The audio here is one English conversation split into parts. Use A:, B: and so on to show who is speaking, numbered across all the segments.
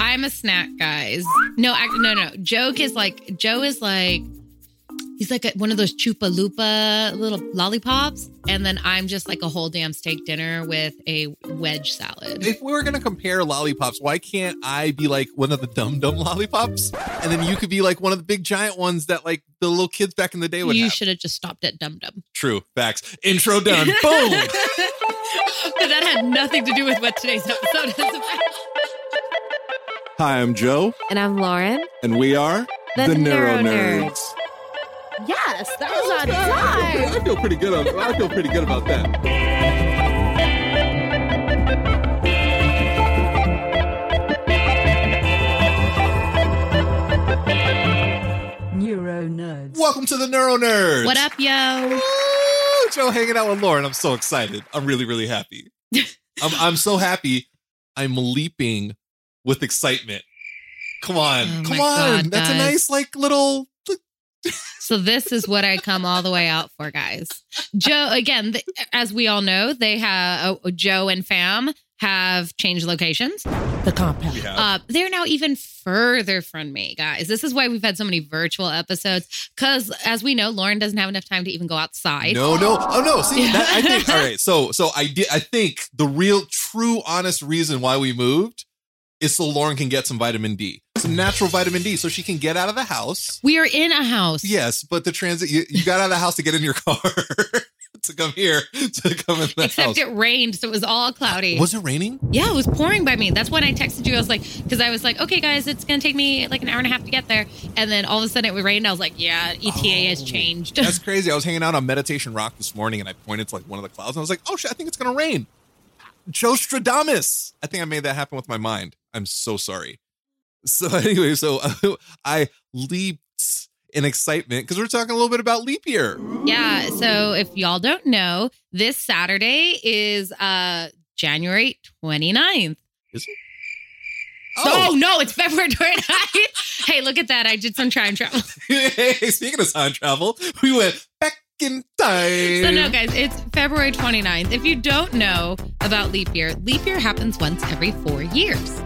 A: I'm a snack, guys. No, act, no, no. Joke is like Joe is like he's like a, one of those chupa lupa little lollipops, and then I'm just like a whole damn steak dinner with a wedge salad.
B: If we were gonna compare lollipops, why can't I be like one of the dum dum lollipops, and then you could be like one of the big giant ones that like the little kids back in the day would
A: You
B: have?
A: should have just stopped at Dum Dum.
B: True facts. Intro done. Boom.
A: But that had nothing to do with what today's episode is about.
C: Hi, I'm Joe,
D: And I'm Lauren.
C: and we are
D: The Neuro Nerds.
E: Yes, that was on time.
B: I feel pretty good. on- I feel pretty good about that.
F: Neuro nerds.
B: Welcome to the Neuro Nerds.
A: What up, yo?
B: Woo! Oh, Joe hanging out with Lauren. I'm so excited. I'm really, really happy. I'm, I'm so happy. I'm leaping with excitement. Come on.
A: Oh
B: Come
A: my
B: on.
A: God,
B: That's a
A: guys.
B: nice, like, little.
A: So this is what I come all the way out for, guys. Joe, again, th- as we all know, they have oh, Joe and Fam have changed locations.
F: The compound.
B: Yeah.
A: Uh, they're now even further from me, guys. This is why we've had so many virtual episodes. Because as we know, Lauren doesn't have enough time to even go outside.
B: No, no. Oh, no. See,
A: Yeah.
B: that, I think. All right. So, so I did. I think the real, true, honest reason why we moved is so Lauren can get some vitamin D, some natural vitamin D, so she can get out of the house.
A: We are in a house.
B: Yes, but the transit, you, you got out of the house to get in your car to come here to come in the house.
A: Except it rained, so it was all cloudy.
B: Was it raining?
A: yeah, it was pouring by me. That's when I texted you. I was like, because I was like, okay, guys, it's gonna take me like an hour and a half to get there. And then all of a sudden it would rain. I was like, yeah, ETA has
B: Oh,
A: changed.
B: That's crazy. I was hanging out on Meditation Rock this morning and I pointed to like one of the clouds and I was like, oh shit, I think it's gonna rain. Jostradamus. I think I made that happen with my mind. I'm so sorry. So anyway, so I leaped in excitement because we're talking a little bit about leap year.
A: Yeah. So if y'all don't know, this Saturday is uh January 29th.
B: Is it?
A: Oh.
B: Oh,
A: no, it's February 29th. hey, look at that. I did some time travel.
B: speaking of time travel, we went back in time.
A: So no, guys, it's February 29th. If you don't know about leap year, leap year happens once every four years.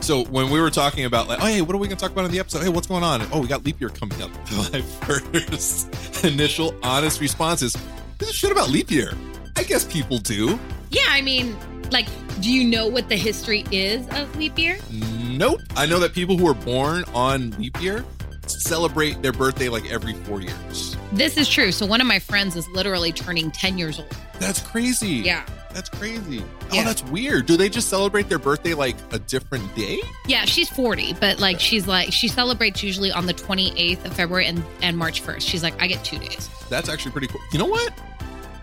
B: So when we were talking about like, oh hey, what are we gonna talk about in the episode? Hey, what's going on? Oh, we got leap year coming up. My first initial honest response is, this is shit about leap year. I guess people do.
A: Yeah, I mean, like, do you know what the history is of leap year?
B: Nope. I know that people who are born on leap year celebrate their birthday like every four years.
A: This is true. So one of my friends is literally turning 10 years old.
B: That's crazy.
A: Yeah.
B: That's crazy.
A: Yeah.
B: Oh, that's weird. Do they just celebrate their birthday like a different day?
A: Yeah, she's 40, but like she's like she celebrates usually on the 28th of February and, and March 1st. She's like, I get two days.
B: That's actually pretty cool. You know what?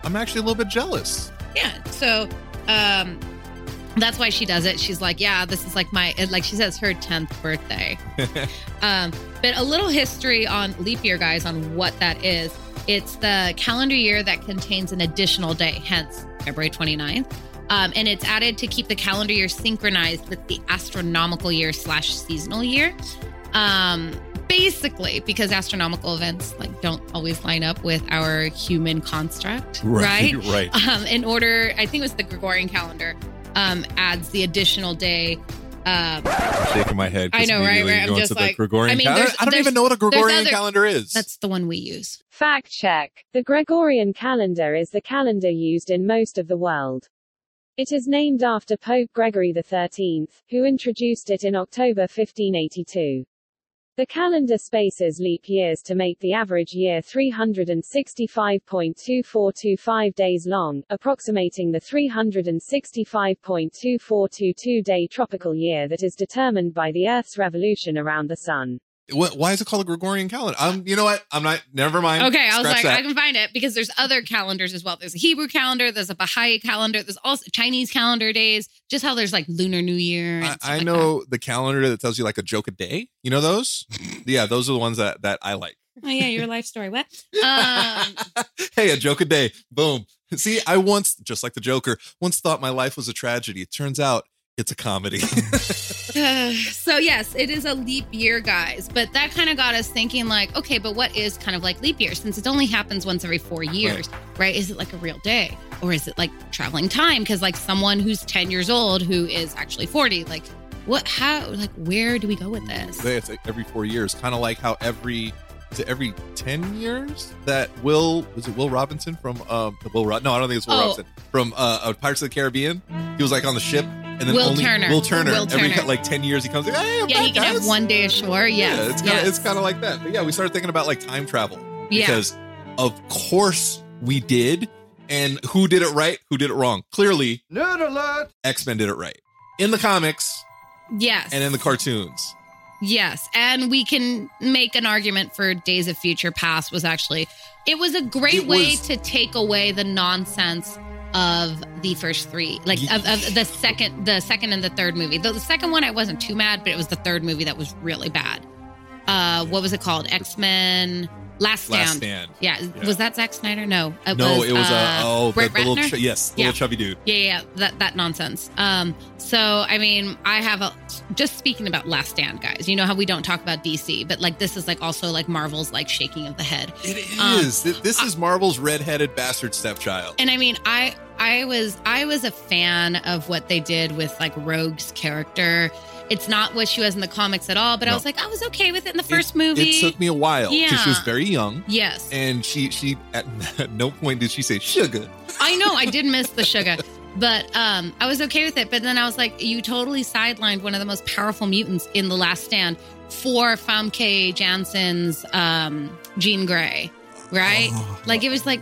B: I'm actually a little bit jealous.
A: Yeah. So um that's why she does it. She's like, yeah, this is like my like she says her 10th birthday. um but a little history on leap year guys on what that is. It's the calendar year that contains an additional day, hence February 29th. Um, and it's added to keep the calendar year synchronized with the astronomical year slash seasonal year. Um, basically, because astronomical events like don't always line up with our human construct, right?
B: Right.
A: um, in order, I think it was the Gregorian calendar. um, adds the additional day. Uh,
B: shaking my head. 'cause
A: I know, right,
B: immediately
A: right,
B: you're
A: I'm
B: Going
A: just
B: to the
A: like-
B: Gregorian
A: I mean,
B: calendar.
A: there's-
B: I don't
A: there's-
B: even know what a
A: there's
B: Gregorian
A: other-
B: calendar is.
A: that's the one we use.
C: Fact check. The Gregorian calendar is the calendar used in most of the world. It is named after Pope Gregory XIII, who introduced it in October 1582. The calendar spaces leap years to make the average year 365.2425 days long, approximating the 365.2422 day tropical year that is determined by the Earth's revolution around the Sun.
B: What, why is it called a Gregorian calendar? Um, you know what? I'm not. Never mind.
A: Okay, I was
B: Scratch
A: like,
B: that.
A: I can find it because there's other calendars as well. There's a Hebrew calendar, there's a Baha'i calendar, there's also Chinese calendar days. Just how there's like Lunar New Year. and
B: I,
A: stuff
B: I
A: like
B: know the calendar that tells you like a joke a day. You know those? yeah, those are the ones that that I like.
A: that. Oh yeah, your life story. What? Um,
B: hey, a joke a day. Boom. See, I once, just like the Joker, once thought my life was a tragedy. It turns out it's a comedy.
A: Uh, so yes, it is a leap year, guys. But that kind of got us thinking, like, okay, but what is kind of like leap year? Since it only happens once every four years, right? Is it like a real day, or is it like traveling time? Because like someone who's ten years old who is actually forty, like, what? How? Like, where do we go with this?
B: it's like every four years, kind of like how every is it every ten years that Will was it Will Robinson from um Will Ro- no I don't think it's Will
A: Oh.
B: Robinson from uh uh, Pirates of the Caribbean. He was like on the ship and then
A: Will
B: only
A: Turner.
B: Will Turner.
A: Will
B: Every
A: Turner.
B: like ten years he comes. Like, hey, I'm
A: yeah,
B: back,
A: you can have
B: guys."
A: one day ashore. Yes,
B: yeah, it's kind of
A: yes.
B: it's kind of like that. But yeah, we started thinking about like time travel
A: Yeah.
B: because of course we did, and who did it right, who did it wrong? Clearly, X Men did it right in the comics
A: yes,
B: and in the cartoons.
A: Yes, and we can make an argument for Days of Future Past was actually it was a great
B: It
A: way
B: was-
A: to take away the nonsense of the first three, like
B: Ye-
A: of, of the second, the second and the third movie. Though the second one I wasn't too mad, but it was the third movie that was really bad. Uh, what was it called? X Men Last Stand.
B: Last Stand.
A: Yeah.
B: Yeah.
A: was that Zack Snyder? No, it
B: no, it was uh, oh, the,
A: Brett
B: the little
A: Ratner?
B: ch- yes, the
A: Yeah.
B: little chubby dude.
A: Yeah, yeah, yeah, that that nonsense. Um, so I mean, I have a just speaking about Last Stand, guys. You know how we don't talk about DC, but like this is like also like Marvel's like shaking of the head.
B: It
A: Um,
B: is. Th- this is Marvel's redheaded bastard stepchild.
A: And I mean, I I was I was a fan of what they did with like Rogue's character. It's not what she was in the comics at all, but I
B: No.
A: was like, I was okay with it in the
B: It-
A: first movie.
B: It took me a while because she was
A: Yeah.
B: very young,
A: yes,
B: and she she at, at no point did she say sugar.
A: I know I did miss the sugar, but um, I was okay with it. But then I was like, you totally sidelined one of the most powerful mutants in The Last Stand for Famke Janssen's um, Jean Grey, right?
B: Oh.
A: Like it was like,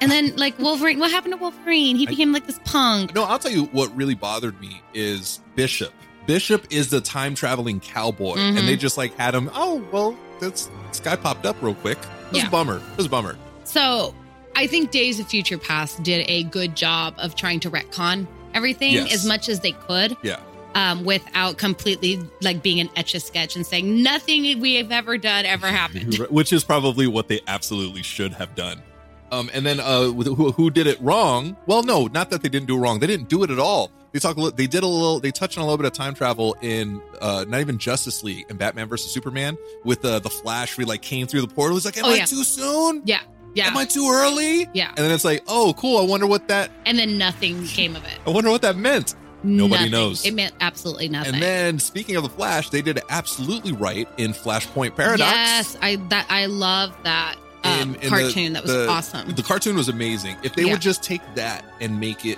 A: and then like Wolverine. What happened to Wolverine? He became like this punk.
B: No, I'll tell you what really bothered me is Bishop. Bishop is the time traveling cowboy,
A: Mhm.
B: and they just like had him. Oh well, that's this guy popped up real quick. It was
A: Yeah.
B: a bummer. It was a bummer.
A: So I think Days of Future Past did a good job of trying to retcon everything
B: Yes.
A: as much as they could.
B: Yeah.
A: Um, without completely like being an etch a sketch and saying nothing we have ever done ever happened.
B: Which is probably what they absolutely should have done. Um, and then uh, with- who, who did it wrong? Well, no, not that they didn't do it wrong. They didn't do it at all. They talk. A little, they did a little. They touched on a little bit of time travel in uh, not even Justice League and Batman versus Superman with uh, the Flash. We like came through the portal. He's like, "Am
A: Oh,
B: I
A: yeah.
B: too soon?
A: Yeah. Yeah.
B: Am I too early?"
A: Yeah.
B: And then it's like, "Oh, cool. I wonder what that
A: And then nothing came of it.
B: I wonder what that meant. Nobody
A: Nothing.
B: knows.
A: It meant absolutely nothing.
B: And then, speaking of the Flash, they did it absolutely right in Flashpoint Paradox.
A: Yes, I that I love that um,
B: In- in the-
A: cartoon. that was
B: the-
A: awesome.
B: The cartoon was amazing. If they
A: Yeah.
B: would just take that and make it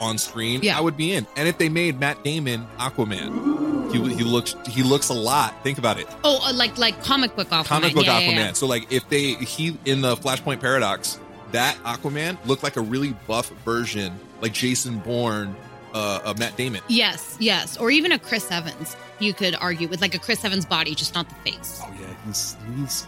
B: on screen,
A: Yeah.
B: I would be in. And if they made Matt Damon Aquaman, he he looks he looks a lot. Think about it,
A: oh, uh, like like comic book Aquaman.
B: comic book
A: Yeah,
B: Aquaman.
A: yeah, yeah.
B: So like if they he in the Flashpoint Paradox, that Aquaman looked like a really buff version, like Jason Bourne, uh, of Matt Damon.
A: Yes, yes, or even a Chris Evans. You could argue with like a Chris Evans body, just not the face.
B: Oh yeah, he's he's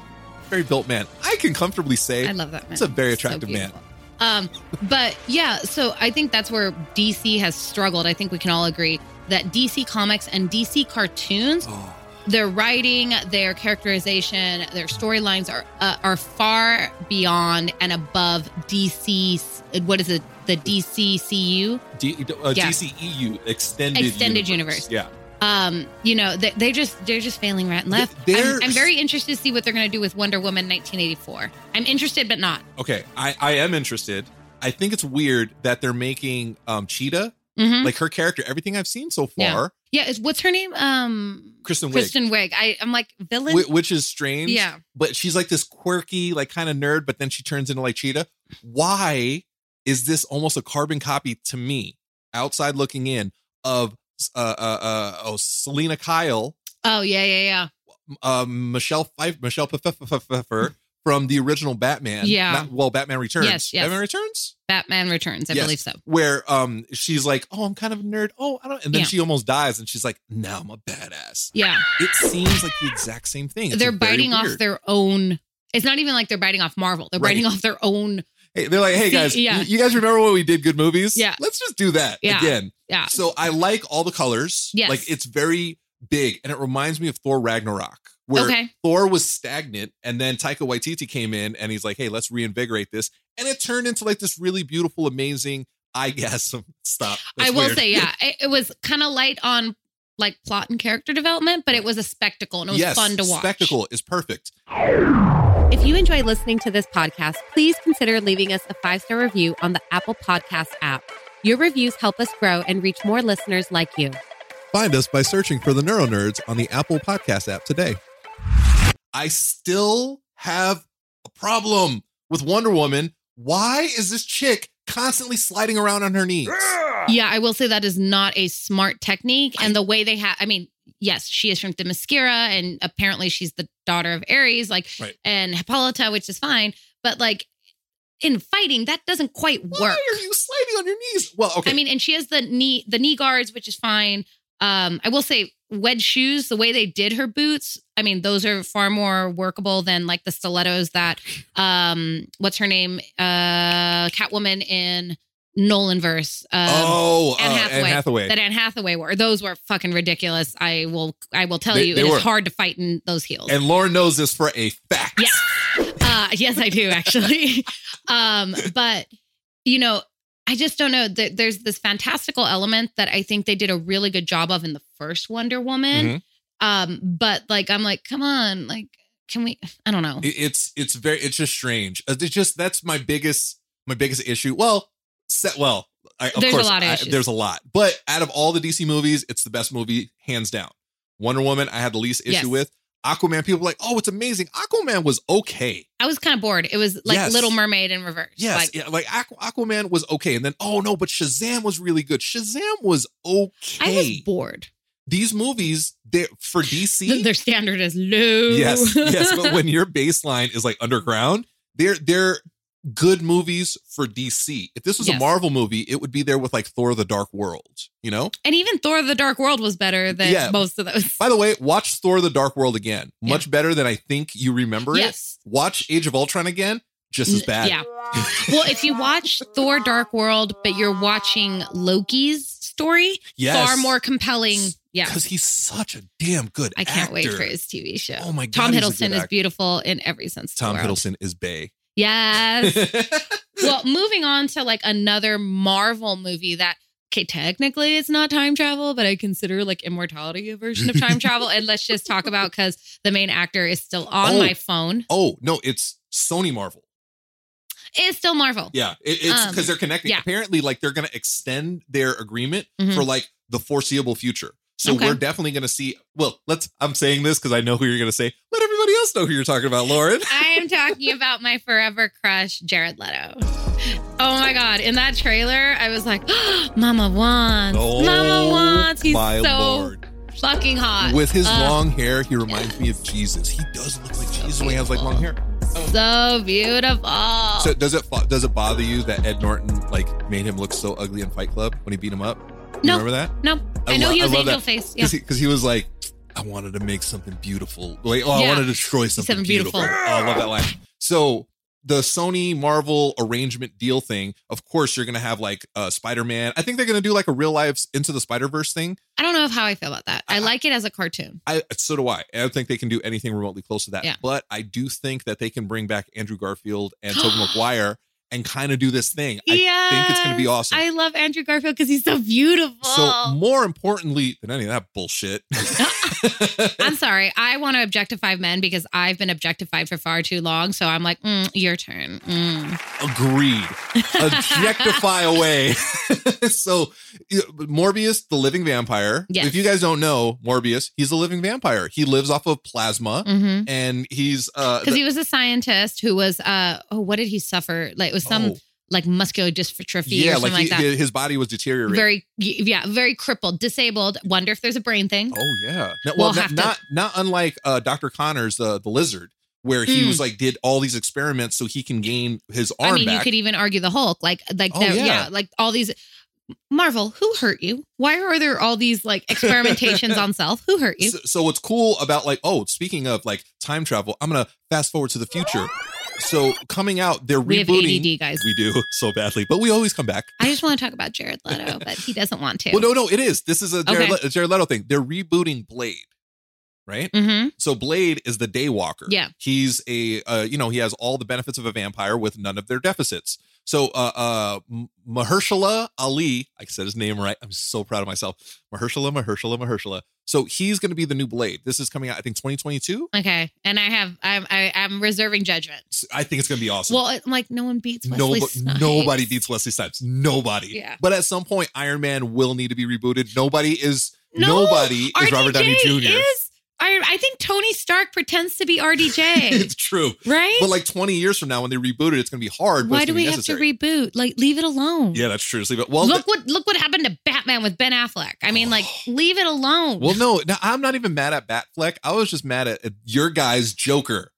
B: a very built man. I can comfortably say
A: I love that man.
B: It's a very attractive man.
A: beautiful. Um, but yeah, so I think that's where DC has struggled. I think we can all agree that DC comics and DC cartoons,
B: Oh.
A: their writing, their characterization, their storylines are uh, are far beyond and above DC. What is it? The DCCU.
B: D, uh,
A: Yeah.
B: DCEU extended
A: Extended universe.
B: Yeah.
A: Um, you know, they, they just they're just failing right and left.
B: Th-
A: I'm,
B: there's-
A: I'm very interested to see what they're going to do with Wonder Woman 1984. I'm interested, but not.
B: Okay, I I am interested. I think it's weird that they're making um Cheetah
A: Mhm.
B: Like her character, everything I've seen so
A: Yeah.
B: far,
A: yeah. It's, what's her name? Um,
B: Kristen Wiig,
A: Kristen Wiig. I, I'm like villain.
B: whi- which is strange.
A: Yeah.
B: but she's like this quirky, like kind of nerd, but then she turns into like Cheetah. Why is this almost a carbon copy to me, outside looking in, of uh uh, uh oh Selena Kyle,
A: Oh yeah, yeah, yeah.
B: um Michelle Pfeiffer, Michelle Pfeiffer from the original Batman.
A: Yeah.
B: Not- well, Batman Returns.
A: Yes, yes.
B: Batman Returns.
A: Batman Returns. I
B: Yes.
A: believe so.
B: Where um she's like, oh, I'm kind of a nerd. Oh, I don't. And then
A: Yeah.
B: she almost dies, and she's like, now I'm a badass.
A: Yeah,
B: It seems like the exact same thing. It's
A: they're
B: very
A: biting off
B: weird.
A: their own. It's not even like they're biting off Marvel. They're biting
B: Right.
A: off their own.
B: Hey, they're like, hey
A: See,
B: guys,
A: yeah.
B: y- you guys remember when we did good movies?
A: Yeah.
B: Let's just do that
A: Yeah.
B: again.
A: Yeah.
B: So I like all the colors.
A: Yes.
B: Like it's very big and it reminds me of Thor Ragnarok, where
A: Okay.
B: Thor was stagnant and then Taika Waititi came in and he's like, hey, let's reinvigorate this. And it turned into like this really beautiful, amazing, I guess, stop.
A: I
B: That's
A: will
B: weird.
A: say, yeah, it, it was kind of light on like plot and character development, but it was a spectacle and it was
B: yes,
A: fun to watch.
B: Spectacle is perfect.
G: If you enjoy listening to this podcast, please consider leaving us a five star review on the Apple Podcast app. Your reviews help us grow and reach more listeners like you.
B: Find us by searching for the Neuro Nerds on the Apple Podcast app today. I still have a problem with Wonder Woman. Why is this chick constantly sliding around on her knees?
A: Yeah, I will say that is not a smart technique. And the way they have, I mean, yes, she is from Themyscira, and apparently she's the daughter of Ares, like,
B: Right.
A: and Hippolyta, which is fine. But like in fighting, that doesn't quite
B: Why
A: work.
B: are you sliding on your knees? Well, okay.
A: I mean, and she has the knee, the knee guards, which is fine. Um, I will say, wed shoes, the way they did her boots, I mean, those are far more workable than like the stilettos that, um, what's her name, uh, Catwoman in Nolan verse. Um,
B: oh,
A: Anne
B: uh,
A: Hathaway,
B: Anne Hathaway.
A: that Anne Hathaway wore. Those were fucking ridiculous. I will I will tell
B: They-
A: you
B: they
A: it is
B: were.
A: hard to fight in those heels.
B: and Lauren knows this for a fact.
A: Yes. uh yes, I do actually. um but you know, I just don't know There- there's this fantastical element that I think they did a really good job of in the first Wonder Woman.
B: Mm-hmm.
A: Um but like I'm like come on, like can we I don't know.
B: It- It's it's very it's just strange. Uh, It's just that's my biggest my biggest issue. Well, set well. I, of
A: There's a
B: course,
A: lot of
B: I-
A: issues.
B: there's a lot, but out of all the DC movies, it's the best movie hands down. Wonder Woman, I had the least issue
A: Yes.
B: with. Aquaman, people were like, oh, it's amazing. Aquaman was okay.
A: I was kind of bored. It was like
B: Yes.
A: Little Mermaid in reverse.
B: Yes,
A: Like
B: yeah, like Aqu- Aquaman was okay, and then oh no, but Shazam was really good. Shazam was okay.
A: I was bored.
B: These movies, they for DC,
A: Th- Their standard is low.
B: yes yes but when your baseline is like underground they're they're good movies for dc if this was a
A: Yes.
B: marvel movie it would be there with like thor the dark world you know
A: And even Thor: The Dark World was better than
B: Yeah.
A: most of those.
B: by the way watch thor the dark world again
A: Yeah.
B: much better than i think you remember
A: Yes.
B: it watch age of ultron again just as
A: N-
B: bad
A: Yeah. Well, if you watch Thor: Dark World, but you're watching Loki's story,
B: Yes.
A: far more compelling. Yeah,
B: because he's such a damn good
A: I can't wait
B: actor.
A: for his TV show.
B: Oh my God,
A: Tom
B: he's a
A: Hiddleston
B: good
A: is
B: actor.
A: beautiful in every sense. of the
B: tom
A: world.
B: hiddleston is bay
A: Yes. well, moving on to like another Marvel movie that okay, technically it's not time travel, but I consider like immortality a version of time travel. And let's just talk about because the main actor is still on
B: Oh.
A: my phone.
B: oh no it's sony marvel
A: It's still Marvel.
B: Yeah, it, it's
A: Um,
B: because they're connecting.
A: yeah.
B: Apparently, like they're going to extend their agreement
A: Mhm.
B: for like the foreseeable future. So
A: Okay.
B: we're definitely going to see. Well, let's. I'm saying this because I know who you're going to say. Let everybody else know who you're talking about, Lauren.
A: I am talking about my forever crush, Jared Leto. Oh my God. In that trailer, I was like, Mama wants. Mama wants. He's
B: Oh my
A: so
B: lord!
A: fucking hot.
B: With his
A: Uh,
B: long hair, he reminds me of Jesus. He does look like Jesus when he has like long hair.
A: So beautiful.
B: So does it fo- does it bother you that Ed Norton like made him look so ugly in Fight Club when he beat him up? You
A: No.
B: remember that?
A: no, I,
B: I
A: know
B: lo-
A: he
B: I
A: was
B: love
A: angel
B: that.
A: face. Yeah.
B: because he, 'cause he was like, I wanted to make something beautiful. Like, oh,
A: Yeah.
B: I wanted to destroy something,
A: Something beautiful.
B: beautiful. Oh, I love that line. So the Sony Marvel arrangement deal thing, of course, you're gonna have like uh, Spider Man. I think they're gonna do like a real life into the Spider Verse thing.
A: I don't know how I feel about that. I
B: I-
A: like it as a cartoon.
B: I so do I. I don't think they can do anything remotely close to that.
A: Yeah.
B: But I do think that they can bring back Andrew Garfield and Tobey Maguire and kind of do this thing. I think it's gonna be
A: Yes.
B: awesome.
A: I love Andrew Garfield because he's so beautiful.
B: so more importantly than any of that bullshit.
A: I'm sorry. I want to objectify men because I've been objectified for far too long. So I'm like, mm, your turn. Mm.
B: Agreed. Objectify away. so you know, Morbius, the living vampire.
A: Yes.
B: If you guys don't know Morbius, he's a living vampire. He lives off of plasma,
A: Mm-hmm.
B: and he's uh,
A: Because he was a scientist who was, uh, oh, what did he suffer? Like it was some
B: oh,
A: like muscular dystrophy
B: yeah,
A: or something like,
B: he-
A: that.
B: his body was deteriorating.
A: Very, yeah, very crippled, disabled. Wonder if there's a brain thing.
B: Oh yeah. No,
A: We'll
B: well, not,
A: have to-
B: not not unlike uh, Dr. Connors, the the lizard, where he
A: Mm.
B: was like did all these experiments so he can gain his arm
A: I mean,
B: back.
A: you could even argue the Hulk, like, like
B: Oh,
A: that,
B: yeah.
A: yeah. like all these. Marvel, who hurt you? Why are there all these like experimentations on self? Who hurt you?
B: so, so what's cool about like oh speaking of like time travel i'm gonna fast forward to the future so coming out they're
A: We have
B: rebooting
A: ADD, guys.
B: we do so badly but we always come back
A: I just want to talk about Jared Leto, but he doesn't want to.
B: well no no it is this is a jared,
A: Okay.
B: Le- a Jared leto thing they're rebooting blade right
A: mm-hmm.
B: so blade is the daywalker
A: Yeah.
B: he's a uh, you know he has all the benefits of a vampire with none of their deficits so uh uh M- mahershala ali i said his name right i'm so proud of myself mahershala mahershala mahershala so he's going to be the new blade this is coming out i think 2022
A: Okay, and I have I'm I, I'm reserving judgment.
B: S- I think it's going to be awesome.
A: Well, I'm like no one beats Wesley
B: Nobo-
A: Snipes.
B: nobody beats Wesley Snipes. Nobody.
A: Yeah.
B: But at some point, Iron Man will need to be rebooted. Nobody is.
A: No,
B: nobody is Robert Downey
A: RDJ
B: Jr.
A: Is, I I think Tony Stark pretends to be RDJ,
B: it's true.
A: right?
B: But like 20 years from now, when they reboot it, it's going to be hard. But
A: Why
B: it's
A: do
B: gonna be
A: we have to
B: necessary.
A: reboot? Like, leave it alone.
B: Yeah, that's true. So, but- well,
A: look what look what happened to Batman with Ben Affleck. I mean, like, leave it alone.
B: well, no, no, I'm not even mad at Batfleck. I was just mad at, at your guy's Joker.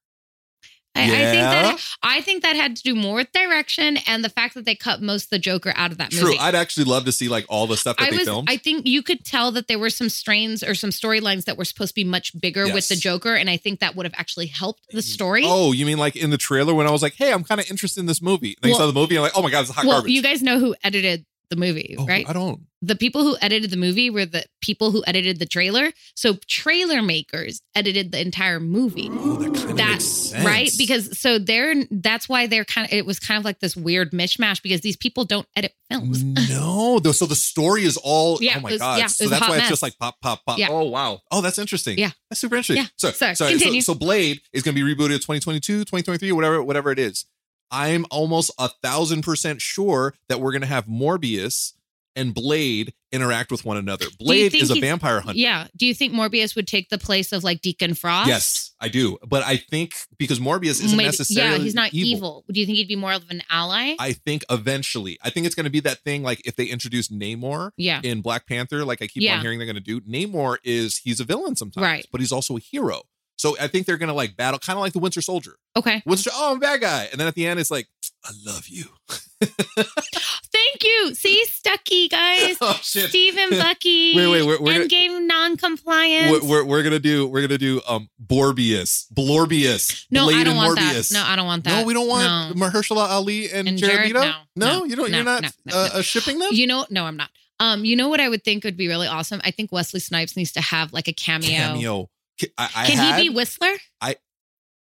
A: I, I think
B: Yeah.
A: that I think that had to do more with direction and the fact that they cut most of the Joker out of that
B: True.
A: movie.
B: I'd actually love to see like all the stuff that
A: I
B: they
A: was.
B: filmed.
A: I think you could tell that there were some strains or some storylines that were supposed to be much bigger
B: Yes.
A: with the Joker, and I think that would have actually helped the story.
B: Oh, you mean like in the trailer when I was like, "Hey, I'm kind of interested in this movie." Then you
A: Well-
B: saw the movie, and I'm like, "Oh my god, it's hot
A: well,
B: garbage."
A: you guys know who edited the movie,
B: Oh,
A: right?
B: I don't.
A: The people who edited the movie were the people who edited the trailer. So trailer makers edited the entire movie.
B: Oh, that kind of makes
A: That's
B: sense.
A: right because so they're that's why they're kind of it was kind of like this weird mishmash because these people don't edit films.
B: no, though. So the story is all.
A: Yeah,
B: oh my
A: it was-
B: god.
A: yeah, it
B: so
A: was a
B: that's
A: hot
B: why it's
A: mess.
B: just like pop, pop, pop.
A: Yeah.
B: Oh wow. Oh, that's interesting.
A: Yeah.
B: that's super interesting.
A: Yeah.
B: So,
A: Sorry,
B: sorry. So,
A: continue.
B: so Blade is going to be rebooted 2022, 2023, whatever, whatever it is. I'm almost a thousand percent sure that we're going to have Morbius and Blade interact with one another. Blade
A: think
B: is a
A: he's-
B: vampire hunter.
A: Yeah. Do you think Morbius would take the place of like Deacon Frost?
B: Yes, I do. But I think because Morbius isn't
A: Maybe-
B: necessarily
A: yeah, he's not
B: evil.
A: evil. Do you think he'd be more of an ally?
B: I think eventually, I think it's going to be that thing like if they introduce Namor
A: yeah.
B: in Black Panther, like I keep on
A: Yeah.
B: hearing they're going to do. Namor is he's a villain sometimes,
A: Right.
B: But he's also a hero. So I think they're going to like battle, kind of like the Winter Soldier.
A: Okay.
B: Winter, Sol- oh, I'm a bad guy, and then at the end it's like, I love you.
A: Thank you. See, Stucky, guys.
B: oh shit.
A: Stephen Bucky.
B: Wait, wait, we're- we're-
A: Endgame non-compliance.
B: We're, we're, we're gonna do we're gonna do um Borbius Blorbius
A: no,
B: Blade
A: I don't
B: and
A: want
B: Morbius.
A: that. No, I don't want that.
B: no we don't want Mahershala Ali and,
A: And
B: Jared,
A: Jared?
B: Leto
A: No,
B: no,
A: no,
B: you don't
A: no,
B: you're not
A: no, no,
B: uh,
A: no.
B: uh, shipping them
A: You know, no, I'm not. Um, you know what I would think would be really awesome? I think Wesley Snipes needs to have like a cameo.
B: cameo Ca- I, I
A: Can
B: had
A: he be Whistler?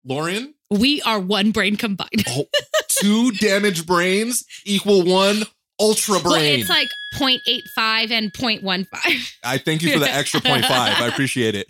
B: Lauren
A: We are one brain combined.
B: Oh, two damaged brains equal one ultra brain.
A: Well, it's like 0.85 and 0.15.
B: I thank you for the extra point five. I appreciate it.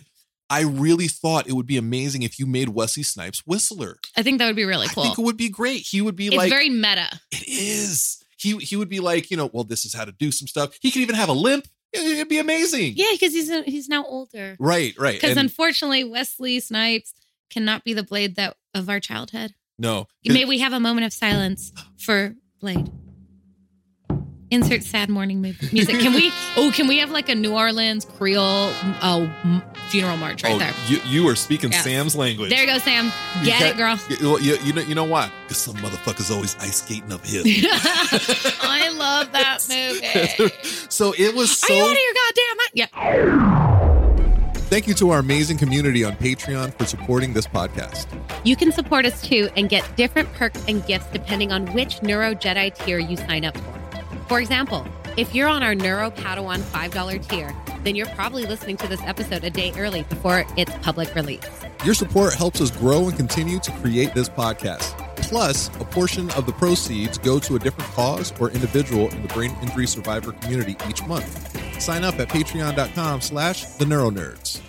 B: I really thought it would be amazing if you made Wesley Snipes Whistler.
A: I think that would be really
B: I
A: cool.
B: think it would be great. He would be
A: it's
B: like
A: very meta.
B: it is. He he would be like you know well this is how to do some stuff. He could even have a limp. It- It'd be amazing.
A: Yeah, because he's he's now older.
B: Right. Right.
A: Because
B: And
A: unfortunately, Wesley Snipes cannot be the Blade that of our childhood.
B: no.
A: May we have a moment of silence for Blade? Insert sad morning mu- music. Can we? Oh, can we have like a New Orleans Creole uh, m- funeral march right
B: oh,
A: there?
B: You, you are speaking
A: Yes.
B: Sam's language.
A: There you go, Sam.
B: You
A: Get
B: can't-
A: it, girl.
B: You, well, you, you know you know why? Because some motherfuckers always ice skating up here.
A: I love that movie.
B: so it was so.
A: Are you out of your goddamn mind? Yeah.
B: Thank you to our amazing community on Patreon for supporting this podcast.
G: You can support us too and get different perks and gifts depending on which Neuro Jedi tier you sign up for. For example, if you're on our Neuro Padawan $5 tier, then you're probably listening to this episode a day early before its public release.
B: Your support helps us grow and continue to create this podcast. Plus, a portion of the proceeds go to a different cause or individual in the brain injury survivor community each month. Sign up at patreon.com slash the neuronerds.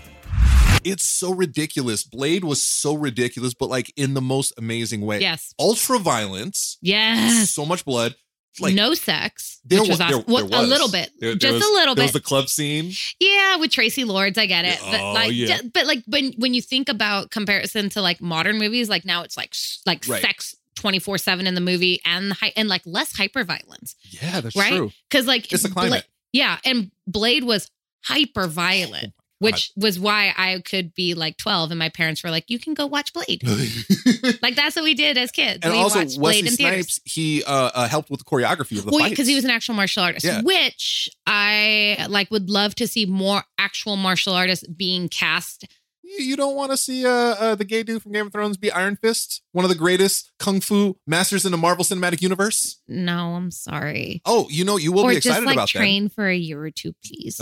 B: It's so ridiculous. Blade was so ridiculous, but like in the most amazing way.
A: Yes.
B: Ultra violence,
A: Yes.
B: so much blood. Like
A: no sex.
B: there
A: which
B: was,
A: was,
B: there,
A: awesome. Well,
B: there was.
A: a little bit.
B: There- there
A: just
B: was-
A: a little
B: There
A: bit.
B: was the club scene.
A: Yeah, with Tracy Lords, I get it. But
B: Oh,
A: like,
B: yeah.
A: d- but like when when you think about comparison to like modern movies, like now it's like s- like
B: Right.
A: sex twenty four seven in the movie and hy- and like less hyper violence
B: Yeah, that's
A: Right?
B: true.
A: because like
B: It's the climate.
A: yeah, and Blade was hyper
B: Oh
A: violent, which was why I could be like twelve and my parents were like, "You can go watch Blade." like that's what we did as kids.
B: and
A: we
B: also
A: watched Blade
B: Wesley
A: in theaters.
B: Snipes, he uh, uh, helped with the choreography of the
A: Well,
B: fight.
A: because he was an actual martial artist,
B: Yeah.
A: which I like would love to see more actual martial artists being cast.
B: You you don't want to see uh, uh, the gay dude from Game of Thrones be Iron Fist, one of the greatest kung fu masters in the Marvel Cinematic Universe.
A: No, I'm sorry.
B: Oh, you know, you will
A: or
B: be
A: just
B: excited
A: like
B: about that. Oh.
A: train for a year or two, please.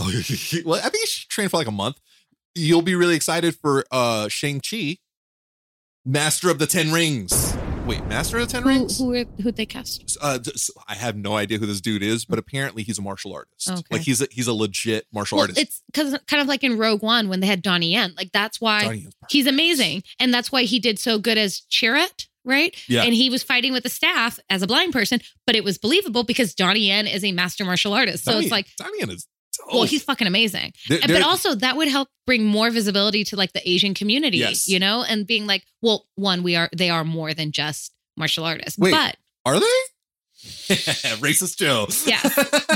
B: well, I think you should train for like a month. You'll be really excited for uh Shang Chi, Master of the Ten Rings. Wait, Master of the Ten
A: who
B: Rings?
A: who are, who'd they cast?
B: Uh, d- so I have no idea who this dude is, but apparently he's a martial artist.
A: Okay.
B: Like he's a, he's a legit martial
A: Well,
B: artist.
A: it's because kind of like in Rogue One when they had Donnie Yen. Like that's why
B: Donnie Yen's perfect.
A: he's amazing, and that's why he did so good as Chirrut, right?
B: Yeah.
A: And he was fighting with the staff as a blind person, but it was believable because Donnie Yen is a master martial artist. So
B: Donnie-
A: it's like,
B: Donnie Yen Oh. is.
A: well,
B: dope.
A: he's fucking amazing.
B: There-
A: And-
B: there-
A: but also that would help bring more visibility to like the Asian community,
B: Yes.
A: you know, and being like, well, one, we are they are more than just martial artists,
B: Wait.
A: but
B: are they? Racist Joe.
A: yeah,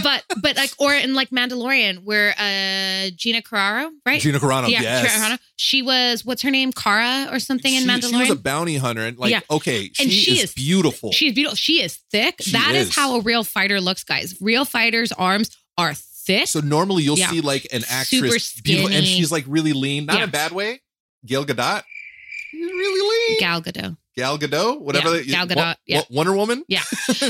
A: but but like or in like Mandalorian, where uh Gina Carraro, right?
B: Gina Carano.
A: yeah,
B: yes.
A: Carano. She was what's her name, Kara or something in
B: She-
A: Mandalorian.
B: She was a bounty hunter, and like,
A: Yeah.
B: okay, she,
A: And she
B: is,
A: is-
B: beautiful.
A: She's beautiful. She is thick.
B: She
A: that is.
B: is.
A: how a real fighter looks, guys. Real fighters' arms are thick.
B: so normally you'll
A: Yeah.
B: see like an
A: Super
B: actress, beautiful, and
A: skinny.
B: she's like really lean, not
A: Yeah.
B: in a bad way. Gail Gadot, she's really lean.
A: Gal Gadot.
B: Gal Gadot, whatever.
A: Yeah, Gal
B: that-
A: Gadot,
B: Wo-
A: yeah.
B: Wo- Wonder Woman.
A: Yeah.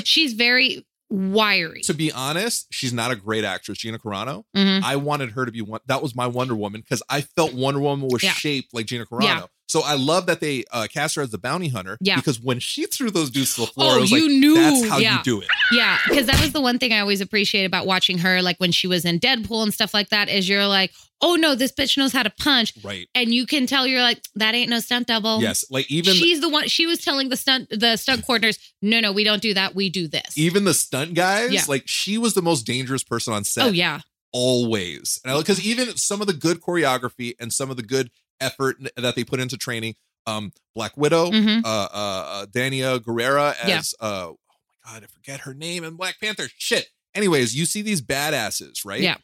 A: She's very wiry.
B: To be honest, she's not a great actress, Gina Carano.
A: Mhm.
B: I wanted her to be one. That was my Wonder Woman because I felt Wonder Woman was
A: Yeah.
B: shaped like Gina Carano.
A: Yeah.
B: So I love that they uh, cast her as the bounty hunter.
A: Yeah.
B: Because when she threw those dudes to the floor,
A: Oh,
B: I was
A: you
B: like,
A: knew.
B: that's how
A: Yeah.
B: you do it.
A: Yeah, because that was the one thing I always appreciate about watching her, like when she was in Deadpool and stuff like that, is you're like, oh no, this bitch knows how to punch.
B: Right.
A: And you can tell you're like, that ain't no stunt double.
B: Yes. Like even
A: She's the one she was telling the stunt the stunt coordinators, no, no, we don't do that. We do this.
B: even the stunt guys,
A: Yeah.
B: like she was the most dangerous person on set.
A: oh yeah.
B: always. And because even some of the good choreography and some of the good effort n- that they put into training, um, Black Widow,
A: Mhm.
B: uh, uh, uh, Dania Guerrera
A: Yeah.
B: as uh, oh my god, I forget her name, and Black Panther. Shit. Anyways, you see these badasses, right?
A: Yeah.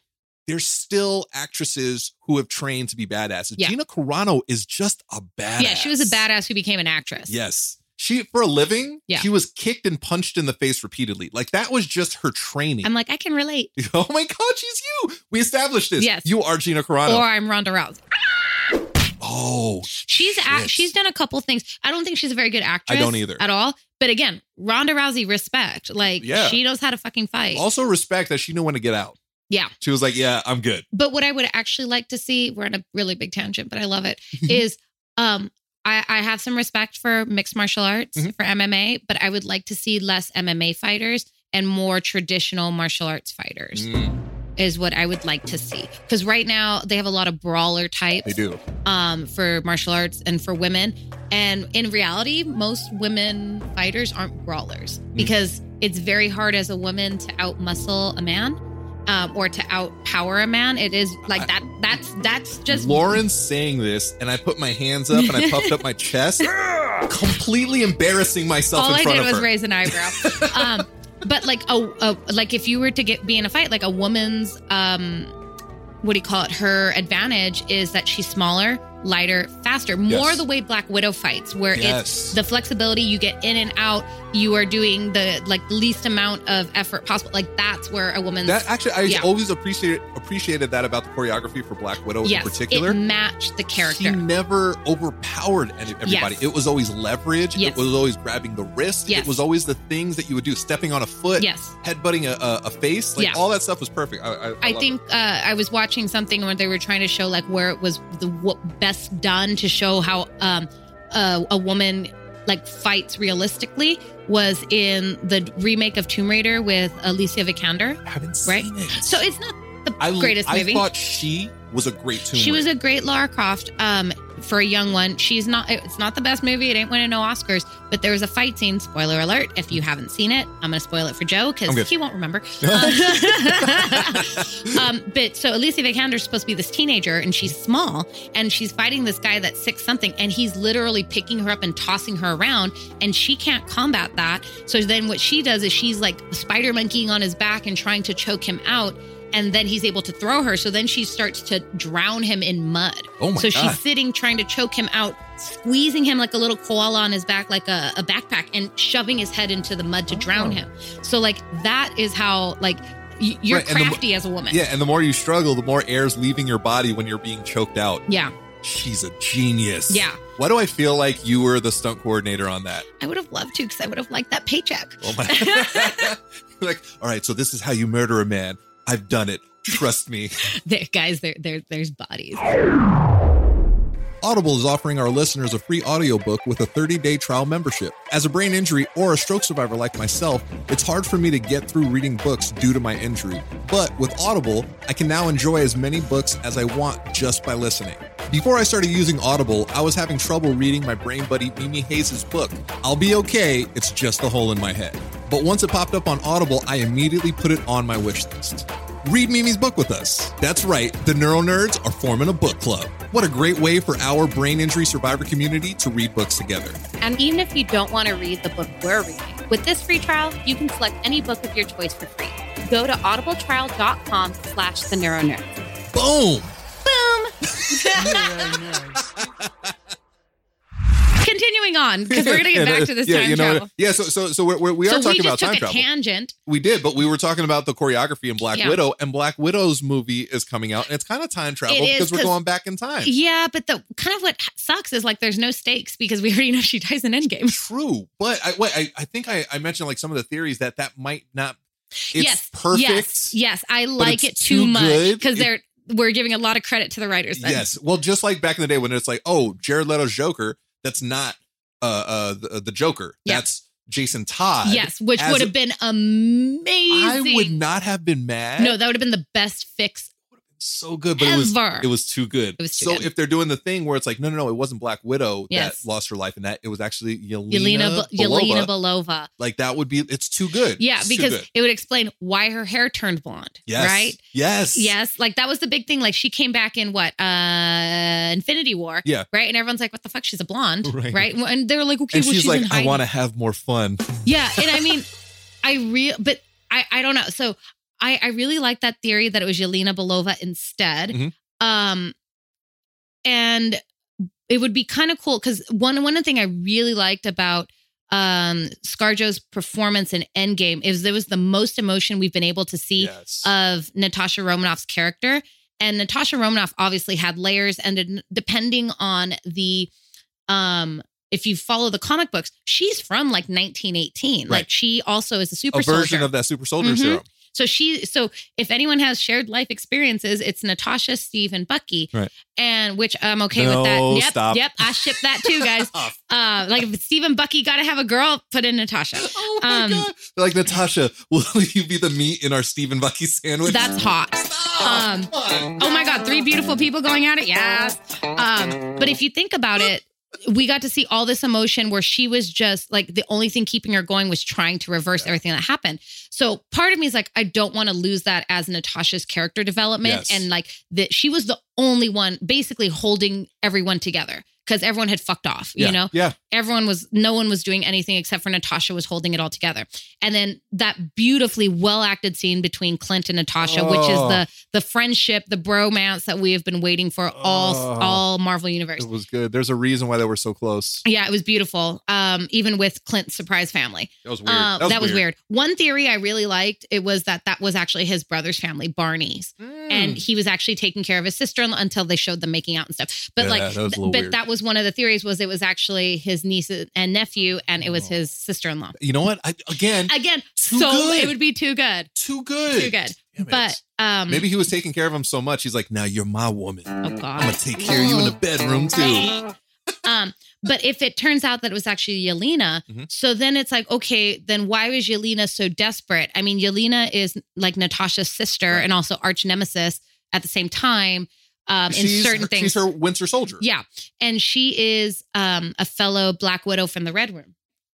B: They're still actresses who have trained to be badasses.
A: Yeah.
B: Gina Carano is just a badass.
A: Yeah, she was a badass who became an actress.
B: Yes. She for a living,
A: Yeah.
B: she was kicked and punched in the face repeatedly. Like that was just her training.
A: I'm like, I can relate.
B: oh my god, she's you. We established this.
A: Yes.
B: You are Gina Carano.
A: Or I'm Ronda Rousey.
B: oh.
A: She's
B: shit.
A: act, she's done a couple things. I don't think she's a very good actress.
B: don't either.
A: at all. But again, Ronda Rousey, respect. Like
B: Yeah.
A: she knows how to fucking fight.
B: Also respect that she knew when to get out.
A: Yeah.
B: She was like, "Yeah, I'm good."
A: But what I would actually like to see, we're on a really big tangent, but I love it,
B: Mm-hmm.
A: is um I, I have some respect for mixed martial arts
B: Mhm.
A: for MMA, but I would like to see less MMA fighters and more traditional martial arts fighters
B: Mm,
A: is what I would like to see. Because right now they have a lot of brawler types
B: they do.
A: um, for martial arts and for women. And in reality, most women fighters aren't brawlers because it's very hard as a woman to outmuscle a man um, or to outpower a man. It is like that. That's that's just
B: Lauren's saying this, and I put my hands up and I puffed up my chest, completely embarrassing myself
A: all
B: in
A: I
B: front
A: did
B: of
A: was
B: her.
A: raise an eyebrow. um, but like a, a like if you were to get be in a fight, like a woman's um, what do you call it? Her advantage is that she's smaller, lighter, faster. More
B: Yes.
A: the way Black Widow fights, where
B: Yes.
A: it's the flexibility you get in and out. You are doing the like least amount of effort possible. Like that's where a woman's
B: that actually, I
A: Yeah.
B: always appreciated appreciated that about the choreography for Black Widow
A: yes,
B: in particular.
A: it matched the
B: She
A: character.
B: never overpowered any- everybody.
A: Yes.
B: It was always leverage. It
A: Yes.
B: was always grabbing the wrist. It
A: Yes.
B: was always the things that you would do, stepping on a foot,
A: Yes.
B: headbutting a, a, a face. Like
A: Yeah.
B: all that stuff was perfect. I, I, I
A: I
B: love
A: think uh, I was watching something where they were trying to show like where it was the what best done to show how um, uh, a woman like fights realistically was in the remake of Tomb Raider with Alicia Vikander.
B: it. I haven't
A: right?
B: seen it.
A: So it's not the
B: I,
A: greatest
B: I
A: movie.
B: thought she was a great tomb.
A: She was
B: Raider.
A: a great Lara Croft um, for a young one. She's not. It's not the best movie. It ain't winning no Oscars. But there was a fight scene. Spoiler alert! If you haven't seen it, I'm going to spoil it for Joe
B: I'm good.
A: because he won't remember. Um, um, but so Alicia Vikander is supposed to be this teenager, and she's small, and she's fighting this guy that's six something, and he's literally picking her up and tossing her around, and she can't combat that. So then what she does is she's like spider monkeying on his back and trying to choke him out and then he's able to throw her. So then she starts to drown him in mud.
B: Oh my
A: so
B: God.
A: she's sitting trying to choke him out, squeezing him like a little koala on his back, like a, a backpack, and shoving his head into the mud to
B: Oh.
A: drown him. So like that is how like y- you're
B: Right, and the mo-
A: crafty as a woman.
B: Yeah, and the more you struggle, the more air's leaving your body when you're being choked out.
A: Yeah.
B: She's a genius.
A: Yeah.
B: Why do I feel like you were the stunt coordinator on that?
A: I would have loved to because I would have liked that paycheck.
B: Oh my! like, all right, so this is how you murder a man. I've done it. Trust me.
A: There, guys, there, there, there's bodies.
B: Audible is offering our listeners a free audiobook with a 30-day trial membership. As a brain injury or a stroke survivor like myself, it's hard for me to get through reading books due to my injury. But with Audible, I can now enjoy as many books as I want just by listening. Before I started using Audible, I was having trouble reading my brain buddy Mimi Hayes' book, I'll Be Okay, It's Just a Hole in My Head. But once it popped up on Audible, I immediately put it on my wish list. Read Mimi's book with us. That's right, the Neuro Nerds are forming a book club. What a great way for our brain injury survivor community to read books together.
G: And even if you don't want to read the book we're reading, with this free trial, you can select any book of your choice for free. Go to audibletrial.com slash the neuronerd.
B: Boom!
F: Neuronerds.
A: Continuing on because we're gonna get
B: And, uh,
A: back to this
B: yeah,
A: time
B: you know,
A: travel.
B: Yeah, so so so we're, we're, we are
A: so
B: talking
A: we just
B: about
A: took
B: time
A: a
B: travel.
A: tangent.
B: we did, but we were talking about the choreography in Black
A: Yeah.
B: Widow, and Black Widow's movie is coming out, and it's kind of time travel
A: It is,
B: because we're
A: 'cause-
B: going back in time.
A: Yeah, but the kind of what sucks is like there's no stakes because we already know she dies in Endgame.
B: True, but I, wait, I I think I, I mentioned like some of the theories that that might not. It's
A: yes,
B: perfect.
A: Yes, yes, I like it
B: it's
A: too,
B: too
A: much
B: good.
A: because
B: It-
A: they're we're giving a lot of credit to the writers. Then.
B: Yes. Well, just like back in the day when it's like, oh, Jared Leto's Joker, that's not uh uh the, the Joker.
A: Yeah.
B: That's Jason Todd.
A: yes, which
B: As
A: would
B: a-
A: have been amazing.
B: I would not have been mad.
A: No, that would have been the best fix.
B: so good, but it
A: Ever.
B: was it was too good.
A: It was too
B: so
A: good.
B: if they're doing the thing where it's like, no, no, no, it wasn't Black Widow
A: Yes.
B: that lost her life, and that it was actually Yelena,
A: Yelena, Be- Yelena
B: Belova.
A: Belova.
B: Like that would be it's too good.
A: Yeah,
B: It's too
A: because
B: good.
A: it would explain why her hair turned blonde.
B: yes,
A: Right.
B: yes,
A: Yes, like that was the big thing. Like she came back in what uh Infinity War,
B: Yeah.
A: right? And everyone's like, "What the fuck? She's a blonde,
B: Right.
A: right?" And they were like, "Okay,
B: And
A: well,
B: she's,
A: she's, in
B: like, I
A: hiding."
B: want to have more fun.
A: Yeah, and I mean, I real, but I I don't know. So I I really like that theory that it was Yelena Belova instead.
B: Mhm.
A: Um, and it would be kind of cool because one one thing I really liked about um Scarjo's performance in Endgame is there was the most emotion we've been able to see
B: Yes.
A: of Natasha Romanoff's character. And Natasha Romanoff obviously had layers, and en- depending on the, um, if you follow the comic books, she's from like 1918.
B: Right.
A: Like she also is a super
B: a version
A: soldier.
B: of that super soldier
A: Mhm.
B: serum.
A: so she, so if anyone has shared life experiences, it's Natasha, Steve, and Bucky.
B: Right.
A: And which I'm okay
B: No,
A: with that. Yep,
B: stop.
A: yep, I ship that too, guys.
B: Oh,
A: uh, like if Steve and Bucky gotta have a girl, put in Natasha.
B: Oh my
A: Um,
B: god! They're like Natasha, will you be the meat in our Stephen Bucky sandwich?
A: That's hot. Um, Oh my God, three beautiful people going at it. Yes. Um, but if you think about it, we got to see all this emotion where she was just like the only thing keeping her going was trying to reverse everything that happened. So part of me is like, I don't want to lose that as Natasha's character development.
B: Yes.
A: And like that she was the only one basically holding everyone together because everyone had fucked off,
B: yeah,
A: you know?
B: Yeah.
A: everyone was no one was doing anything except for Natasha was holding it all together. And then that beautifully well acted scene between Clint and Natasha, which is
B: Oh.
A: the the friendship, the bromance that we have been waiting for all
B: Oh.
A: all Marvel universe.
B: It was good. There's a reason why they were so close.
A: Yeah, it was beautiful. Um, even with Clint's surprise family,
B: That was weird.
A: uh, that was weird. One theory I really liked it was that that was actually his brother's family, Barney's,
B: Mm.
A: and he was actually taking care of his sister until they showed them making out and stuff. But
B: Yeah,
A: like,
B: that was a little
A: but
B: weird.
A: that was one of the theories was it was actually his niece and nephew, and it was his sister in law.
B: You know what? I, again,
A: Again,
B: Oh. Too
A: so
B: good.
A: it would be too good,
B: too good.
A: too good.
B: Damn it.
A: But um,
B: maybe he was taking care of him so much. He's like, now you're my woman.
A: oh
B: I'm gonna
A: god,
B: take care of you in the bedroom too.
A: um, Um, but if it turns out that it was actually Yelena,
B: Mhm.
A: so then it's like, okay, then why was Yelena so desperate? I mean, Yelena is like Natasha's sister and also arch nemesis at the same time um, in
B: She's
A: certain
B: her-
A: things.
B: She's her Winter Soldier.
A: Yeah. And she is um, a fellow Black Widow from the Red Room.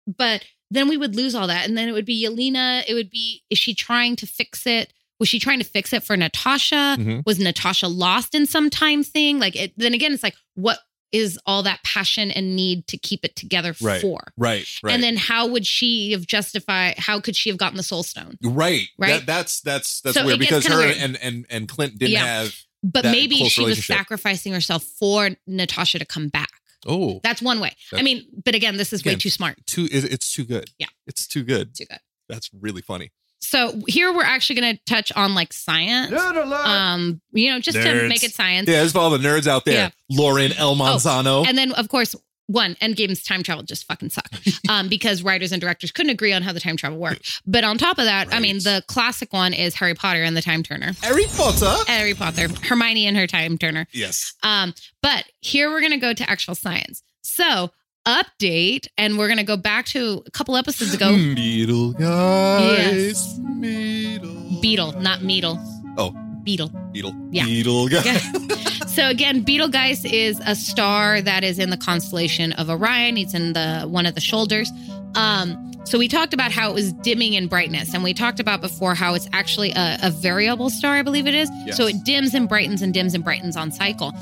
A: But then we would lose all that. And then it would be Yelena. It would be, is she trying to fix it? Was she trying to fix it for Natasha?
B: Mhm.
A: Was Natasha lost in some time thing? Like, it, then again, it's like, what is all that passion and need to keep it together
B: Right.
A: for?
B: Right. Right.
A: And then how would she have justified, how could she have gotten the Soul Stone?
B: Right,
A: Right?
B: That, that's that's that's
A: So
B: weird
A: it gets
B: because her
A: kinda weird.
B: and and and Clint didn't
A: Yeah.
B: have.
A: But
B: That
A: maybe
B: close
A: she was
B: relationship.
A: sacrificing herself for Natasha to come back.
B: Oh,
A: That's one way. I
B: That's-
A: mean, but again, this is way
B: Again,
A: too smart.
B: too. it- It's too good.
A: Yeah.
B: it's too good.
A: Too good.
B: That's really funny.
A: so here we're actually going to touch on like science um you know just to
B: Nerds.
A: make it science
B: Yeah, this is for all the nerds out there. Lauren El Manzano.
A: Oh, and then of course one endgame's time travel just fucking sucked um because writers and directors couldn't agree on how the time travel worked but on top of that i mean
B: Right.
A: the classic one is harry potter and the time turner
B: Harry Potter.
A: harry potter hermione and her time turner
B: yes.
A: um but here we're going to go to actual science so update and we're going to go back to a couple episodes ago
B: Hmm. Beetle guys.
A: Yes.
B: Beetle.
A: beetle not meadle
B: Oh.
A: beetle
B: Beetle.
A: Yeah.
B: Beetle guys.
A: Yeah. so again, Betelgeuse is a star that is in the constellation of Orion. It's in the one of the shoulders. Um, so we talked about how it was dimming in brightness, and we talked about before how it's actually a, a variable star, I believe it is.
B: Yes.
A: So it dims and brightens and dims and brightens on cycle.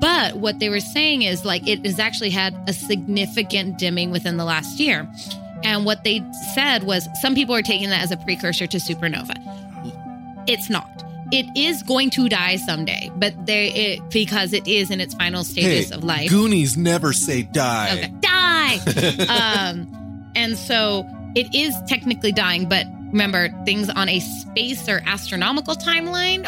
A: But what they were saying is like it has actually had a significant dimming within the last year. And what they said was some people are taking that as a precursor to supernova. It's not. It is going to die someday, but they it because it is in its final stages of life.
B: Goonies never say die.
A: Okay. Die. um, and so it is technically dying, but remember, things on a space or astronomical timeline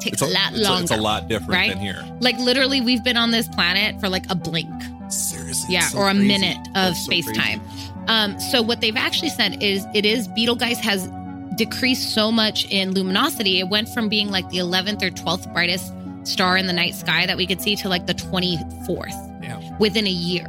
A: takes
B: It's a,
A: a, lot
B: it's, a,
A: longer.
B: it's a lot different
A: right?
B: than here.
A: Like literally, we've been on this planet for like a blink,
B: Seriously.
A: yeah,
B: it's so
A: or a
B: crazy.
A: minute of
B: That's so
A: space
B: crazy.
A: time. Um, so what they've actually said is it is Betelgeuse has decreased so much in luminosity. It went from being like the 11th or 12th brightest star in the night sky that we could see to like the 24th
B: Yeah.
A: within a year,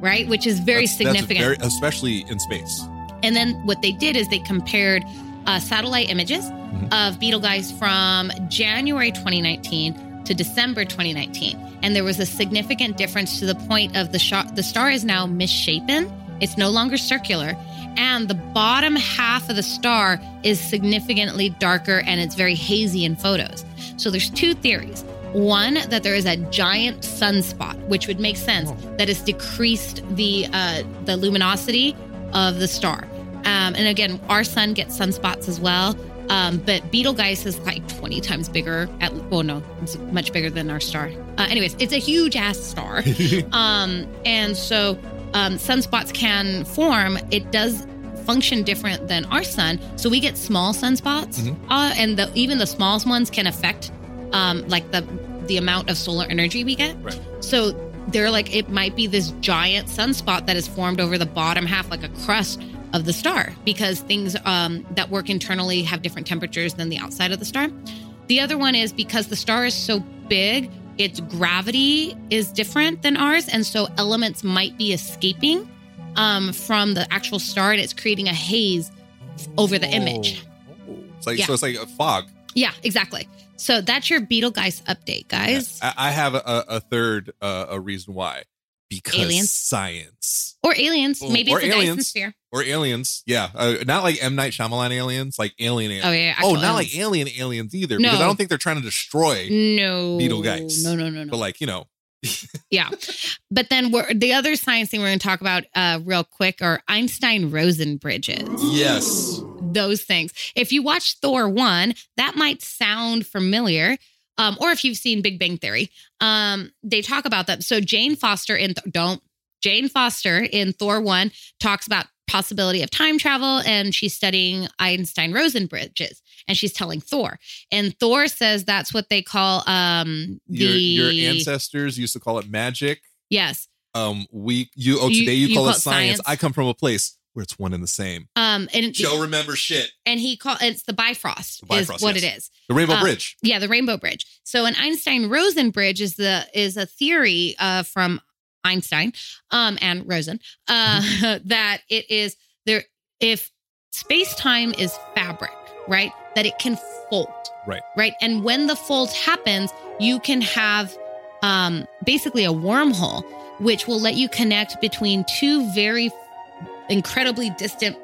A: right? Which is very
B: That's- that's
A: significant.
B: very- especially in space.
A: And then what they did is they compared uh, satellite images of Betelgeuse from January 2019 to December 2019, and there was a significant difference to the point of the shot. The star is now misshapen; it's no longer circular, and the bottom half of the star is significantly darker and it's very hazy in photos. So there's two theories. One that there is a giant sunspot, which would make sense, that has decreased the uh, the luminosity of the star. Um, and again, our sun gets sunspots as well. Um, but Betelgeuse is like 20 times bigger. At well, no, it's much bigger than our star. Uh, anyways, it's a huge ass star, um, and so um, sunspots can form. It does function different than our sun, so we get small sunspots, uh, and the, even the smallest ones can affect um, like the the amount of solar energy we get.
B: Right.
A: So they're like, it might be this giant sunspot that is formed over the bottom half, like a crust of the star, because things um, that work internally have different temperatures than the outside of the star. The other one is because the star is so big, its gravity is different than ours, and so elements might be escaping um, from the actual star, and it's creating a haze over the image.
B: Oh. It's like,
A: Yeah.
B: So it's like a fog.
A: Yeah, exactly. So that's your Beetlegeist update, guys.
B: I, I have a, a third uh, a reason why because
A: Aliens?
B: science
A: Or aliens.
B: Oh,
A: Maybe
B: or
A: it's a Dyson
B: aliens.
A: sphere.
B: or aliens. Yeah, uh, not like M Night Shyamalan aliens, like alien aliens.
A: Oh, yeah.
B: Oh,
A: actual
B: not
A: aliens.
B: like alien aliens either.
A: No.
B: Because I don't think they're trying to destroy,
A: no
B: Beetlegeist.
A: No, no, no, no.
B: but like you know,
A: yeah, but then we're, the other science thing we're going to talk about uh, real quick are Einstein-Rosen bridges.
B: yes,
A: Those things. If you watch Thor one, that might sound familiar. Um, or if you've seen Big Bang Theory, um, they talk about them. So Jane Foster in Th- don't Jane Foster in Thor one talks about possibility of time travel, and she's studying Einstein-Rosen bridges, and she's telling Thor, and Thor says that's what they call um, the
B: your your ancestors used to call it magic.
A: Yes.
B: Um, we you oh
A: You-
B: today you,
A: you
B: call,
A: call
B: it
A: it
B: science.
A: science.
B: I come from a place where it's one and the same.
A: Um, and
B: Joe remember shit.
A: and he called it's the Bifrost,
B: The Bifrost,
A: is what
B: yes.
A: it is.
B: The Rainbow
A: Uh,
B: Bridge.
A: Yeah, the Rainbow Bridge. So an Einstein-Rosen bridge is the is a theory uh, from Einstein um, and Rosen uh, that it is there if space time is fabric, right? That it can fold,
B: Right.
A: Right, and when the fold happens, you can have um, basically a wormhole, which will let you connect between two very incredibly distant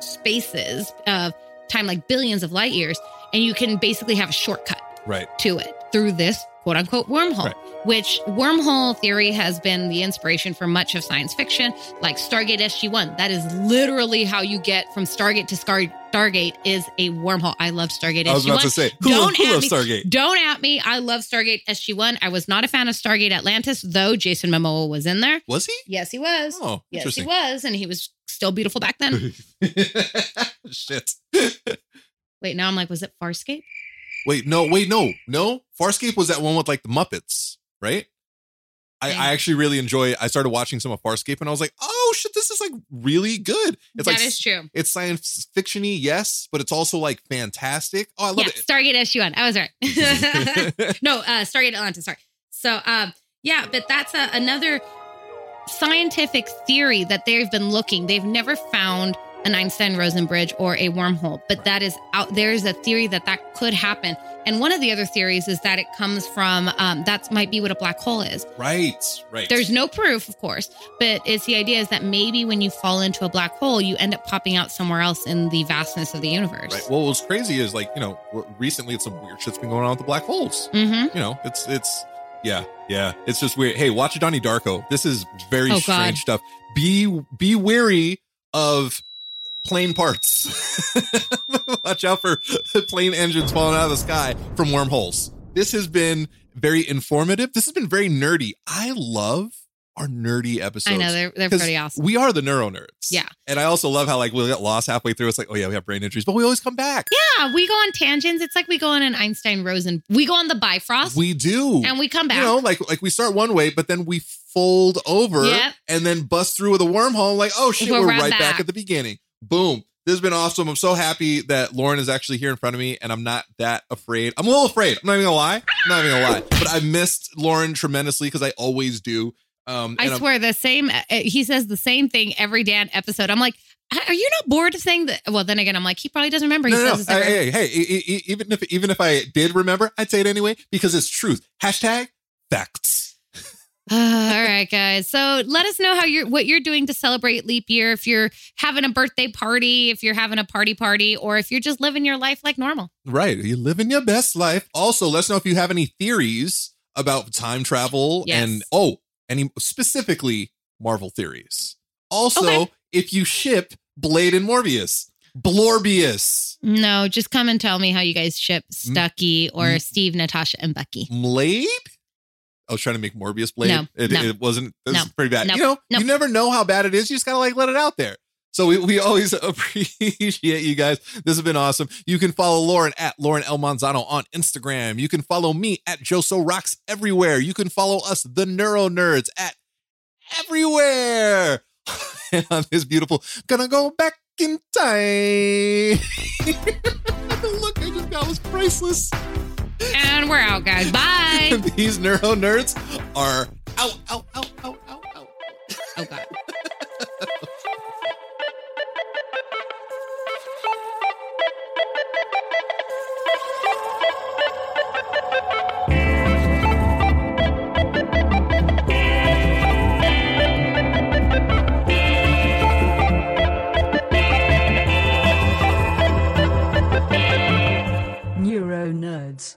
A: spaces of time, like billions of light years, and you can basically have a shortcut
B: Right.
A: to it through this quote unquote wormhole,
B: Right.
A: which wormhole theory has been the inspiration for much of science fiction, like Stargate SG 1. That is literally how you get from Stargate to Scar- Stargate is a wormhole. I love Stargate SG 1.
B: I was about to say, who,
A: Don't
B: who
A: at
B: loves
A: me.
B: Stargate?
A: Don't at me. I love Stargate SG 1. I was not a fan of Stargate Atlantis, though Jason Momoa was in there.
B: Was he?
A: Yes, he was.
B: Oh,
A: yes, he
B: interesting.
A: was. And he was still beautiful back then.
B: Shit.
A: Wait, now I'm like, was it Farscape?
B: Wait, no, wait, no, no. Farscape was that one with like the Muppets, right? I,
A: Dang.
B: I actually really enjoy. I started watching some of Farscape, and I was like, "Oh shit, this is like really good."
A: That is
B: It's like
A: true.
B: it's science fictiony, yes, but it's also like fantastic. Oh, I love
A: Yeah, Stargate SG 1. I was right.
B: it.
A: no, uh, Stargate Atlanta. Sorry. So, um, yeah, but that's a, another scientific theory that they've been looking. They've never found an Einstein-Rosen bridge or a wormhole, but that is out. There is a theory that that could happen. And one of the other theories is that it comes from um, that might be what a black hole is.
B: right, right.
A: There's no proof, of course, but it's the idea is that maybe when you fall into a black hole, you end up popping out somewhere else in the vastness of the universe.
B: Right. Well, what's crazy is like you know, w- recently it's some weird shit's been going on with the black holes.
A: Mm-hmm.
B: You know, it's it's yeah, yeah. It's just weird. Hey, watch Donnie Darko. This is very
A: Oh, God.
B: strange stuff. Be be wary of plane parts. watch out for plane engines falling out of the sky from wormholes. This has been very informative. This has been very nerdy. I love our nerdy episodes.
A: I know they're, they're
B: 'Cause
A: pretty awesome.
B: We are the neuro nerds.
A: Yeah.
B: And I also love how like we'll get lost halfway through. It's like, oh yeah, we have brain injuries, but we always come back.
A: Yeah, we go on tangents. It's like we go on an Einstein Rosen. We go on the Bifrost
B: We do.
A: and we come back.
B: You know, like like we start one way, but then we fold over
A: Yep.
B: and then bust through with a wormhole. Like, oh shit,
A: We're
B: we're,
A: right
B: right back.
A: back.
B: at the beginning. Boom. This has been awesome. I'm so happy that Lauren is actually here in front of me and I'm not that afraid. I'm a little afraid. I'm not even gonna lie. I'm not even gonna lie. But I missed Lauren tremendously because I always do. Um and
A: I
B: I'm-
A: swear, the same. uh, He says the same thing every Dan episode. I'm like, are you not bored of saying that? Well, then again, I'm like, he probably doesn't remember. He
B: No, no,
A: says
B: no.
A: this every-
B: Hey, hey, hey, e- e- e- even if even if I did remember, I'd say it anyway because it's truth. Hashtag facts.
A: all right, guys. So let us know how you're what you're doing to celebrate leap year. If you're having a birthday party, if you're having a party party, or if you're just living your life like normal.
B: Right, you living your best life. Also, let us know if you have any theories about time travel
A: Yes.
B: and oh, any specifically Marvel theories. Also,
A: Okay.
B: if you ship Blade and Morbius, Blorbius,
A: No, just come and tell me how you guys ship Stucky or
B: Mm.
A: Steve, Natasha, and Bucky.
B: Blade. I was trying to make Morbius Blade.
A: No,
B: it,
A: no.
B: it wasn't. It
A: No,
B: was pretty bad.
A: no,
B: You know,
A: no.
B: you never know how bad it is. You just gotta like let it out there. So we, we always appreciate you guys. This has been awesome. You can follow Lauren at Lauren El Manzano on Instagram. You can follow me at Joso Rocks everywhere. You can follow us, the Neuro Nerds, at everywhere. and on this beautiful, gonna go back in time. the look I just got was priceless.
A: And we're out, guys. Bye.
B: These neuro nerds are out, out, out, out, out, out.
A: oh God.
F: Neuro nerds.